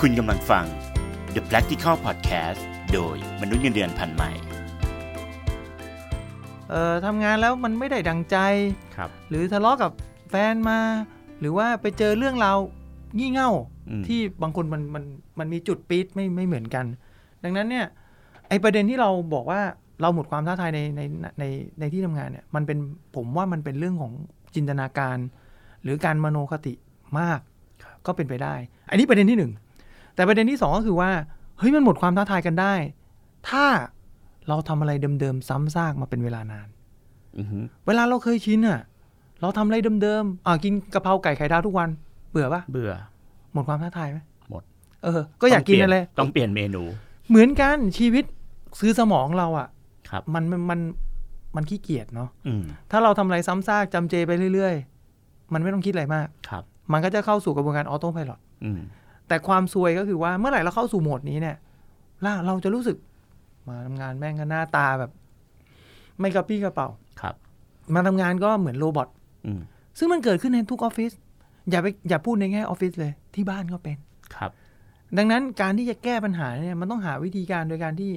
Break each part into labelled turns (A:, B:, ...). A: คุณกำลังฟัง The Practical Podcast โดยมนุษย์เงินเดือนพันใหม่
B: เอ่อทำงานแล้วมันไม่ได้ดังใจ
C: ครับ
B: หรือทะเลาะกับแฟนมา หรือว่าไปเจอเรื่องราวงี่เง่า
A: อืม
B: ที่บางคนมันมันมันมีจุดปี๊ดไม่ไม่เหมือนกัน ดังนั้นเนี่ยไอประเด็นที่เราบอกว่าเราหมดความท้าทายในในในในที่ทำงานเนี่ยมันเป็นผมว่ามันเป็นเรื่องของจินตนาการ หรือการมโนคติมากก็เป็นไปได้ อันนี้ประเด็นที่หนึ่งแต่ประเด็นที่สองก็คือว่าเฮ้ยมันหมดความท้าทายกันได้ ถ้าเราทำอะไรเดิมๆซ้ำซากมาเป็นเวลานาน
C: อือฮึ
B: เวลาเราเคยชินอะเราทำอะไรเดิมๆอ่ากินกะเพราไก่ไข่ดาวทุกวันเบื่อปะ
C: เบื่อ
B: หมดความท้าทายไหม
C: หมด
B: เออ ก็อยากกินอะไร
C: ต้องเปลี่ยนเมนู
B: เหมือนกันชีวิตซื้อสมองเราอะ
C: ครับ
B: มันมันมันมันขี้เกียจเนาะ
A: อืม
B: ถ้าเราทำอะไรซ้ำซากจำเจไปเรื่อยๆ มันไม่ต้องคิดอะไรมาก
C: ครับ
B: มันก็จะเข้าสู่กระบวนการออโต้พาย t
C: อืม
B: แต่ความซวยก็คือว่าเมื่อไหร่เราเข้าสู่โหมดนี้เนี่ยล่ะเราจะรู้สึกมาทำงานแม่งก็หน้าตาแบบ ไม่กระปี้กระเป๋า
C: ครับ
B: มาทำงานก็เหมือนโรบอท
C: อืม
B: ซึ่งมันเกิดขึ้นในทุกออฟฟิศอย่าไปอย่าพูดในแง่ออฟฟิศเลยที่บ้านก็เป็น
C: ครับ
B: ดังนั้นการที่จะแก้ปัญหาเนี่ยมันต้องหาวิธีการโดยการที่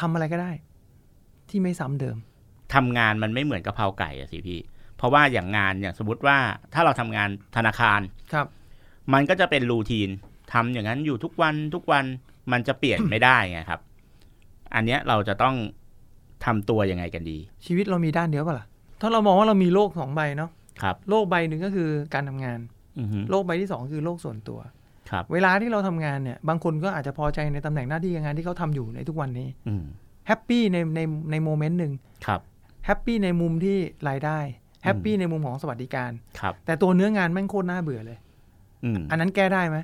B: ทำอะไรก็ได้ ที่ไม่ซ้ำเดิม
C: ทำงานมันไม่เหมือนกะเพราไก่อะสิพี่ เพราะว่าอย่างงานอย่างสมมติว่าถ้าเราทำงานธนาคาร
B: ครับ
C: มันก็จะเป็นรูทีนทำอย่างนั้นอยู่ทุกวันทุกวันมันจะเปลี่ยน ไม่ได้ไงครับ อันเนี้ยเราจะต้องทำตัวยังไงกันดี
B: ชีวิตเรามีด้านเดียวเปล่าล่ะถ้าเรามองว่าเรามีโลกสองใบเนาะ
C: ครับ
B: โลกใบหนึ่งก็คือการทำงาน
C: อือฮึ
B: โลกใบที่สองคือโลกส่วนตัว
C: ครับ
B: เวลาที่เราทำงานเนี่ยบางคนก็อาจจะพอใจในตำแหน่งหน้าที่การงานที่เขาทำอยู่ในทุกวันนี้
C: อืม
B: แฮปปี้ในในในโมเมนต์หนึ่ง
C: ครับ
B: แฮปปี้ในมุมที่รายได้แฮปปี้ในมุมของสวัสดิการ
C: ครับ
B: แต่ตัวเนื้องานแม่งโคตรน่าเบื่อเลย
C: อืม
B: อันนั้นแก้ได้ไหม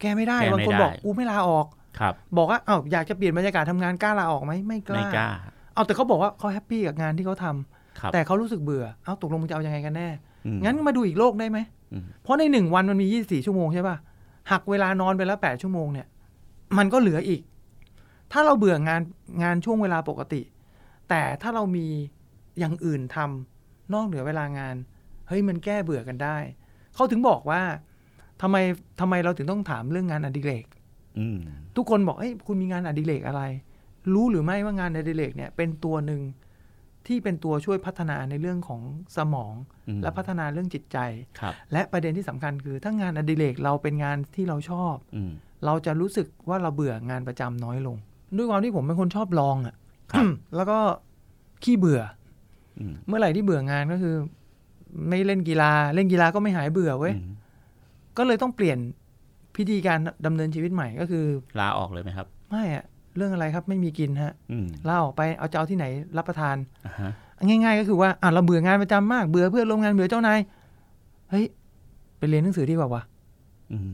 B: แก้ไม่ได้
C: แก้ไม่
B: บางคน
C: ได้
B: บอกกูไม่ลาออก
C: ครับ
B: บอกว่าอ้าวอยากจะเปลี่ยนบรรยากาศทำงานกล้าลาออกไหมไม่ก
C: ไม่
B: ล้าก
C: ล้า
B: เอาแต่เขาบอกว่าเขาแฮปปี้กับงานที่เขาทำ
C: ครับ
B: แต่เขารู้สึกเบื่อ เอาตกลงมึงจะเอายังไงกันแน่
C: อืม
B: งั้นมาดูอีกโลกได้ไหม
C: อืม
B: เพราะในหนึ่งวันมันมี 24 ชั่วโมงใช่ป่ะ หักเวลานอนไปแล้ว8ชั่วโมงเนี่ย มันก็เหลืออีก ถ้าเราเบื่องานงานช่วงเวลาปกติ แต่ถ้าเรามีอย่างอื่นทำนอกเหนือเวลางาน เฮ้ยมันแก้เบื่อกันได้ เขาถึงบอกว่าทำไมทำไมเราถึงต้องถามเรื่องงานอดิเรก
C: อืม
B: ทุกคนบอกเอ้ยคุณมีงานอดิเรกอะไร รู้หรือไม่ว่างานอดิเรกเนี่ยเป็นตัวหนึ่งที่เป็นตัวช่วยพัฒนาในเรื่องของสมอง
C: อืม
B: และพัฒนาเรื่องจิตใจ
C: ครับ
B: และประเด็นที่สำคัญคือ ถ้างานอดิเรกเราเป็นงานที่เราชอบ
C: อืม
B: เราจะรู้สึกว่าเราเบื่องานประจำน้อยลง ด้วยความที่ผมเป็นคนชอบลองอะ
C: ครั่
B: ะ
C: บ
B: แล้วก็ขี้เบื่อ
C: อืม
B: เมื่อไหร่ที่เบื่องานก็คือ ไม่เล่นกีฬา เล่นกีฬาก็ไม่หายเบื่อเว้ย
C: อืม
B: ก็เลยต้องเปลี่ยนพิธีการดำเนินชีวิตใหม่ก็คือ
C: ลาออกเลยไหมครับ
B: ไม่อะเรื่องอะไรครับไม่มีกินฮะ
C: อืม
B: เล่าออกไปเอาจะเอาที่ไหนรับประทาน
C: อ่าฮะ
B: ง่าย ๆ ก็คือว่าอ่ะเราเบื่องานประจำมากเบื่อเพื่อนร่วมงานเบื่อเจ้านายเฮ้ยไปเรียนหนังสือดีกว่าวะ
C: อืม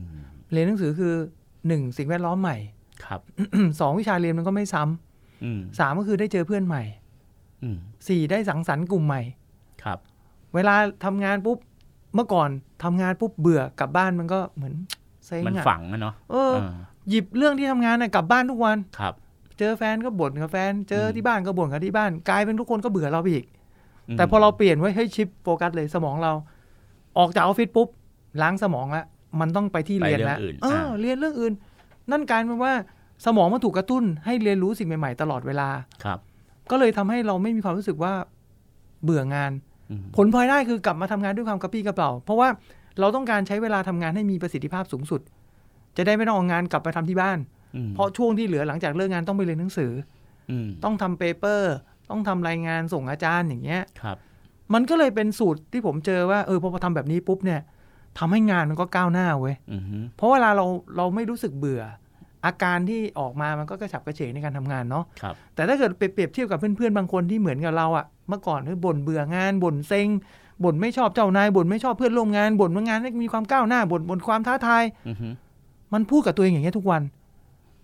B: เรียนหนังสือคือหนึ่งสิ่งแวดล้อมใหม่
C: ครับ
B: สองวิชาเรียนมันก็ไม่ซ้
C: อืม
B: ำสามก็คือได้เจอเพื่อนใหม่
C: อืม
B: สี่ได้สังสรรค์กลุ่มใหม่
C: ครับ
B: เวลาทำงานปุ๊บเมื่อก่อนทำงานปุ๊บเบื่อกลับบ้านมันก็เหมือนเซ็ง
C: มัน
B: อะ
C: ฝังอะเนาะ
B: เออ
C: เออ
B: หยิบเรื่องที่ทำงานน่ะกลับบ้านทุกวัน
C: ครับ
B: เจอแฟนก็บ่นกับแฟน เจออ
C: ม
B: ที่บ้านก็บ่นกับที่บ้านกลายเป็นทุกคนก็เบื่อเราไปอีก
C: ม
B: แต่พอเราเปลี่ยนไว้ให้ชิปโฟกัสเลยสมองเรา ออกจากออฟฟิศปุ๊บ ล้างสมองละมันต้องไปที่
C: ไป
B: เรี
C: เรื่อ
B: ยนแล้ว
C: งอื่น
B: เออเรียนเรื่องอื่น นั่นกลารเป็นว่าสมองมันถูกกระตุ้นให้เรียนรู้สิ่งใหม่ๆ ตลอดเวลา
C: ครับ
B: ก็เลยทำให้เราไม่มีความรู้สึกว่าเบื่องาน
C: อืม
B: ผลพลอยได้คือกลับมาทำงานด้วยความกระปรี้กระเป๋าเพราะว่าเราต้องการใช้เวลาทำงานให้มีประสิทธิภาพสูงสุด จะได้ไม่ต้องเอางานกลับไปทำที่บ้าน
C: อืม
B: เพราะช่วงที่เหลือหลังจากเลิกงานต้องไปเรียนหนังสือ
C: อืม
B: ต้องทำเปเปอร์ ต้องทำรายงานส่งอาจารย์อย่างเงี้ย
C: ครับ
B: มันก็เลยเป็นสูตรที่ผมเจอว่าเออพอทำแบบนี้ปุ๊บเนี่ยทำให้งานมันก็ก้าวหน้าเว้ย
C: อืม
B: เพราะเวลาเราเราไม่รู้สึกเบื่อ อาการที่ออกมามันก็กระฉับกระเฉงในการทำงานเนาะ
C: ครับ
B: แต่ถ้าเกิดไปเปรียบเทียบกับเพื่อนๆบางคนที่เหมือนกับเราอะเมื่อก่อนคือบ่นเบื่องานบ่นเซ็งบ่นไม่ชอบเจ้านายบ่นไม่ชอบเพื่อนร่วมงานบ่นว่างานไม่มีความก้าวหน้าบ่นบ่นความท้าทาย
C: อืม
B: มันพูดกับตัวเองอย่างเงี้ยทุกวัน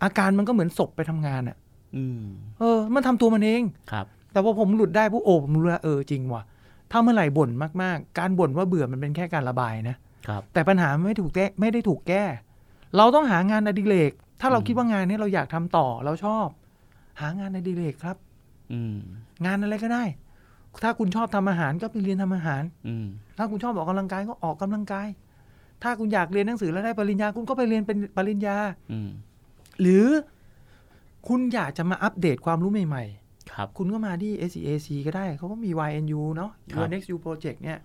B: อาการมันก็เหมือนศพไปทำงานอะ
C: อืม
B: เออมันทำตัวมันเอง
C: ครับ
B: แต่พอผมหลุดได้ผู้โอบผมรู้แล้วเออจริงว่ะ ถ้าเมื่อไหร่บ่นมากๆ การบ่นว่าเบื่อมันเป็นแค่การระบายนะ
C: ครับ
B: แต่ปัญหาไม่ถูกแก้ไม่ได้ถูกแก้ เราต้องหางานอดิเรก ถ้าเราคิดว่างานนี้เราอยากทำต่อเราชอบ หางานอดิเรกครับ
C: อืม
B: งานอะไรก็ได้ ถ้าคุณชอบทำอาหารก็ไปเรียนทำอาหาร
C: อืม
B: ถ้าคุณชอบออกกำลังกายก็ออกกำลังกาย ถ้าคุณอยากเรียนหนังสือแล้วได้ปริญญาคุณก็ไปเรียนเป็นปริญญา
C: อืม
B: หรือคุณอยากจะมาอัปเดตความรู้ใหม่
C: ครับ
B: ๆ คุณก็มาที่ SEAC ก็ได้ เขาก็มี YNU เนาะ
C: ครับ
B: Your Next You Project เนี่ย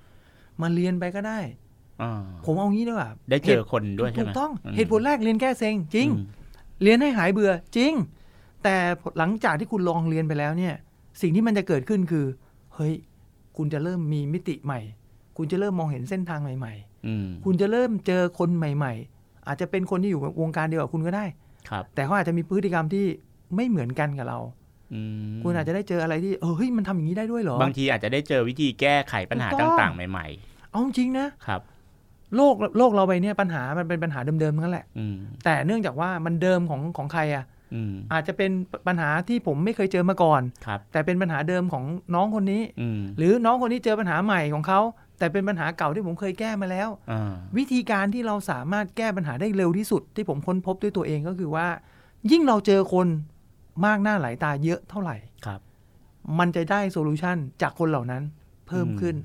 B: มาเรียนไปก็ได้
C: อ่า
B: ผมเอางี้ดีกว่า
C: ได้เจอคน
B: หตุ
C: ด้วยใช่
B: ถู
C: ไหม
B: กต้อง
C: ม
B: เหตุผลแรกเรียนแก้เซ็งจริง
C: อืม
B: เรียนให้หายเบื่อจริง แต่หลังจากที่คุณลองเรียนไปแล้วเนี่ย สิ่งที่มันจะเกิดขึ้นคือ เฮ้ย คุณจะเริ่มมีมิติใหม่ คุณจะเริ่มมองเห็นเส้นทางใหม่
C: อืม
B: ๆ คุณจะเริ่มเจอคนใหม่ ๆ อาจจะเป็นคนที่อยู่วงการเดียวกับคุณก็ได้
C: ครับ
B: แต่เขาอาจจะมีพฤติกรรมที่ไม่เหมือนกันกับเรา
C: อืม
B: คุณอาจจะได้เจออะไรที่เออเฮ้ยมันทำอย่างนี้ได้ด้วยเหรอ
C: บางทีอาจจะได้เจอวิธีแก้ไขปัญหา
B: ถูกต้อง
C: ต่าง ๆ ใหม่
B: เอาจริงนะ
C: ๆ ครับ
B: โลกโลกเราไปเนี่ยปัญหามันเป็นปัญหาเดิมๆทั้งนั้นแหละ
C: อืม
B: แต่เนื่องจากว่ามันเดิมของของใครอะ
C: อืม
B: อาจจะเป็นปัญหาที่ผมไม่เคยเจอมาก่อน
C: ครับ
B: แต่เป็นปัญหาเดิมของน้องคนนี้
C: อืม
B: หรือน้องคนนี้เจอปัญหาใหม่ของเขาแต่เป็นปัญหาเก่าที่ผมเคยแก้มาแล้ว
C: อ่า
B: วิธีการที่เราสามารถแก้ปัญหาได้เร็วที่สุด ที่ผมค้นพบด้วยตัวเองก็คือว่า ยิ่งเราเจอคนมากหน้าหลายตาเยอะเท่าไหร่
C: ครับ
B: มันจะได้โซลูชันจากคนเหล่านั้นเพิ่ม
C: อืม
B: ขึ้น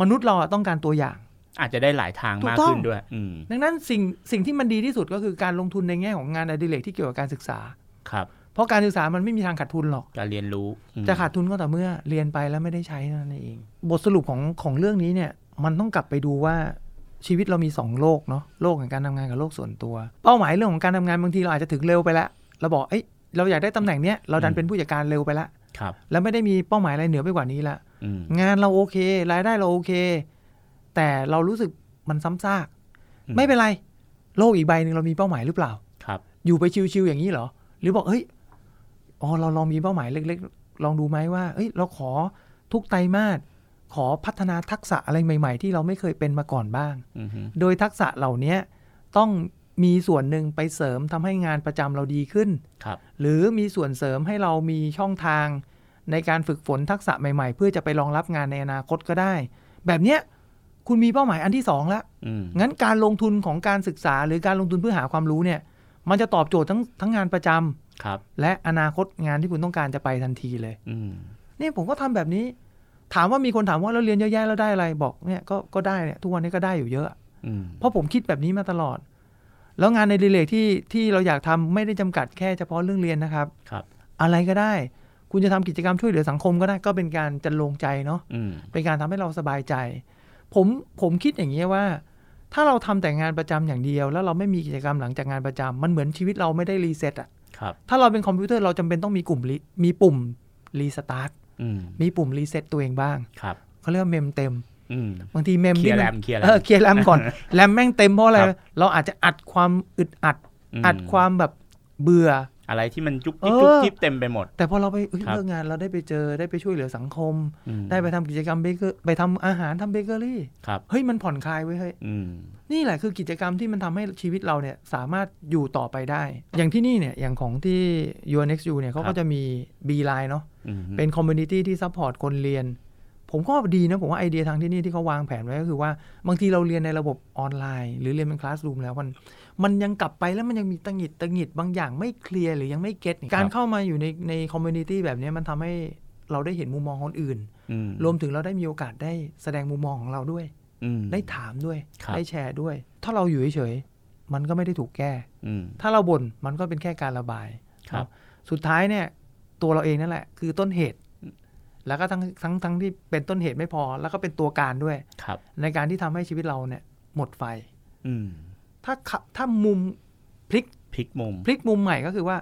B: มนุษย์เราอะต้องการตัวอย่าง
C: อาจจะได้หลายทาง
B: ถูก
C: มาก
B: ต้อง
C: ขึ้นด้วย อืม
B: ดังนั้นสิ่งสิ่งที่มันดีที่สุดก็คือการลงทุนในแง่ของงานอดิเรกที่เกี่ยวกับการศึกษา
C: ครับ
B: เพราะการศึกษามันไม่มีทางขาดทุนหรอก
C: การเรียนรู้อืม
B: จะขาดทุนก็ต่อเมื่อเรียนไปแล้วไม่ได้ใช้เท่านั่นเอง บทสรุปของของเรื่องนี้เนี่ย มันต้องกลับไปดูว่าชีวิตเรามี 2 โลกเนาะโลกของการทำงานกับโลกส่วนตัว เป้าหมายเรื่องของการทำงานบางทีเราอาจจะถึงเร็วไปแล้วเราบอกเอ้ยเราอยากได้ตำแหน่งเนี้ยเราดันเป็นผู้จัดการเร็วไปละ
C: ครับ
B: แล้วไม่ได้มีเป้าหมายอะไรเหนือไปกว่านี้ละ
C: อืม
B: งานเราโอเค รายได้เราโอเค แต่เรารู้สึกมันซ้ำซาก ไม่เป็นไร โลกอีกใบหนึ่งเรามีเป้าหมายหรือเปล่า
C: ครับ
B: อยู่ไปชิวๆอย่างนี้เหรอ หรือบอกเฮ้ยอ๋อเราลองมีเป้าหมายเล็ก ๆ ลองดูไหมว่าเอ้ย เราขอทุกไตรมาสขอพัฒนาทักษะอะไรใหม่ ๆ ที่เราไม่เคยเป็นมาก่อนบ้าง
C: อืมฮึ
B: โดยทักษะเหล่านี้ต้องมีส่วนหนึ่งไปเสริมทำให้งานประจำเราดีขึ้น
C: ครับ
B: หรือมีส่วนเสริมให้เรามีช่องทาง ในการฝึกฝนทักษะใหม่ ๆ เพื่อจะไปรองรับงานในอนาคตก็ได้ แบบเนี้ยคุณมีเป้าหมายอันที่สองแล้ว
C: อืม
B: งั้นการลงทุนของการศึกษาหรือการลงทุนเพื่อหาความรู้เนี่ย มันจะตอบโจทย์ทั้งทั้งงานประจำ
C: ครับ
B: และอนาคตงานที่คุณต้องการจะไปทันทีเลย
C: อืม
B: เนี่ยผมก็ทำแบบนี้ ถามว่ามีคนถามว่าเราเรียนเยอะแยะแล้วได้อะไรบอกเนี่ยก็ก็ได้เนี่ยทุกวันนี้ก็ได้อยู่เยอะ
C: อืม
B: เพราะผมคิดแบบนี้มาตลอด แล้วงานในดีเลกที่ที่เราอยากทำไม่ได้จำกัดแค่เฉพาะเรื่องเรียนนะครับ
C: ครับ
B: อะไรก็ได้ คุณจะทำกิจกรรมช่วยเหลือสังคมก็ได้ก็เป็นการจันลงใจเนาะ
C: อืม
B: เป็นการทำให้เราสบายใจ ผมผมคิดอย่างนี้ยว่า ถ้าเราทำแต่งานประจำอย่างเดียว แล้วเราไม่มีกิจกรรมหลังจากงานประจำมันเหมือนชีวิตเราไม่ได้รีเซ็ตอะ
C: ครับ
B: ถ้าเราเป็นคอมพิวเตอร์เราจำเป็นต้องมีกลุ่ม re- มีปุ่มรีสตาร์ท
C: อืม
B: มีปุ่มรีเซ็ตตัวเองบ้าง
C: ครับ
B: เขาเรียกว่าเมมเต็ม
C: อืม
B: บางทีเมม
C: เคลียร์
B: ที่
C: แร
B: มัน
C: มเคลียร์แร
B: เอ
C: ม
B: อเคลียร์แรม ก่อน แรมแม่งเต็มเพราะอะไร
C: ครับ
B: เราอาจจะอัดความอึดอัด
C: ม
B: อัดความแบบเบื่อ
C: อะไรที่มันจุกจิก
B: เออ
C: จุกจิบเต็มไปหมด
B: แต่พอเราไปเอ้ย
C: ครับ
B: เลิกงานเราได้ไปเจอได้ไปช่วยเหลือสังคม
C: อืม
B: ได้ไปทำกิจกรรมเบเกอร์ไปทำอาหารทำเบเกอรี่
C: ครับ
B: เฮ้ยมันผ่อนคลายเว้ยเฮ้ย
C: อืม
B: นี่แหละคือกิจกรรมที่มันทำให้ชีวิตเราเนี่ยสามารถอยู่ต่อไปได้ อย่างที่นี่เนี่ยอย่างของที่ u n x u เนี่ยเขาก็จะมี B Line เนาะ
C: อืม
B: เป็นคอมมูนิตี้ที่ซัพพอร์ตคนเรียน ผมก็ว่าดีนะ ผมว่าไอเดียทางที่นี่ที่เขาวางแผนไว้ก็คือว่า บางทีเราเรียนในระบบออนไลน์ หรือเรียนเป็นคลาสรูมแล้วมันมันยังกลับไปแล้วมันยังมีตังหงิดตังหงิดบางอย่างไม่เคลียร์หรือยังไม่เก็ตเนี่ยการเข้ามาอยู่ในในคอมมูนิตี้แบบเนี้ยมันทำให้เราได้เห็นมุมมองคนอื่น
C: อืม
B: รวมถึงเราได้มีโอกาสได้แสดงมุมมองของเราด้วย
C: อืม
B: ได้ถามด้วย
C: ครับ
B: ได้แชร์ด้วย ถ้าเราอยู่เฉยๆ มันก็ไม่ได้ถูกแก้
C: อืม
B: ถ้าเราบ่นมันก็เป็นแค่การระบาย
C: ครับ
B: สุดท้ายเนี่ยตัวเราเองนั่นแหละ คือต้นเหตุ แล้วก็ทั้งทั้งทั้งที่เป็นต้นเหตุไม่พอ แล้วก็เป็นตัวการด้วย
C: ครับ
B: ในการที่ทำให้ชีวิตเราเนี่ยหมดไฟ
C: อืม
B: ถ้าขับถ้ามุมพลิก
C: พลิกมุม
B: พลิกมุมใหม่ก็คือว่า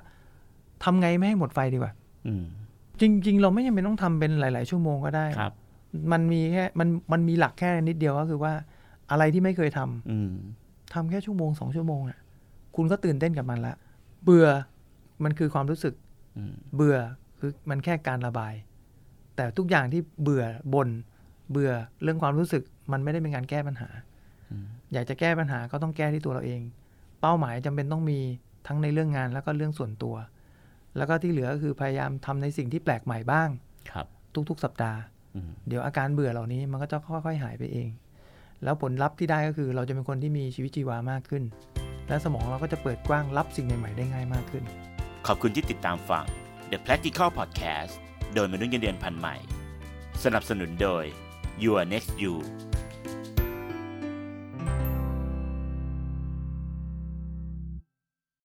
B: ทำไงไม่ให้หมดไฟดีกว่า
C: อืม
B: จริง ๆ เราไม่จำเป็นต้องทำเป็นหลาย ๆ ชั่วโมงก็ได้
C: ครับ
B: มันมีแค่มันมันมีหลักแค่นิดเดียวก็คือว่าอะไรที่ไม่เคยทำ
C: อืม
B: ทำแค่ชั่วโมงสองชั่วโมงอ่ะ คุณก็ตื่นเต้นกับมันละเบื่อมันคือความรู้สึก
C: อืม
B: เบื่อคือมันแค่การระบาย แต่ทุกอย่างที่เบื่อบน่นเบื่อเรื่องความรู้สึกมันไม่ได้เป็นการแก้ปัญหา อยากจะแก้ปัญหาก็ต้องแก้ที่ตัวเราเอง เป้าหมายจำเป็นต้องมีทั้งในเรื่องงานแล้วก็เรื่องส่วนตัว แล้วก็ที่เหลือก็คือพยายามทำในสิ่งที่แปลกใหม่บ้าง
C: ครับ
B: ทุกๆ สัปดาห์
C: อืม
B: เดี๋ยวอาการเบื่อเหล่านี้มันก็จะค่อยๆ หายไปเอง แล้วผลลัพธ์ที่ได้ก็คือเราจะเป็นคนที่มีชีวิตชีวามากขึ้น และสมองเราก็จะเปิดกว้างรับสิ่งใหม่ ๆ ได้ง่ายมากขึ้น
A: ขอบคุณที่ติดตามฟัง The Practical Podcast โดยมนุษย์เงินเดือนพันใหม่ สนับสนุนโดย Your Next You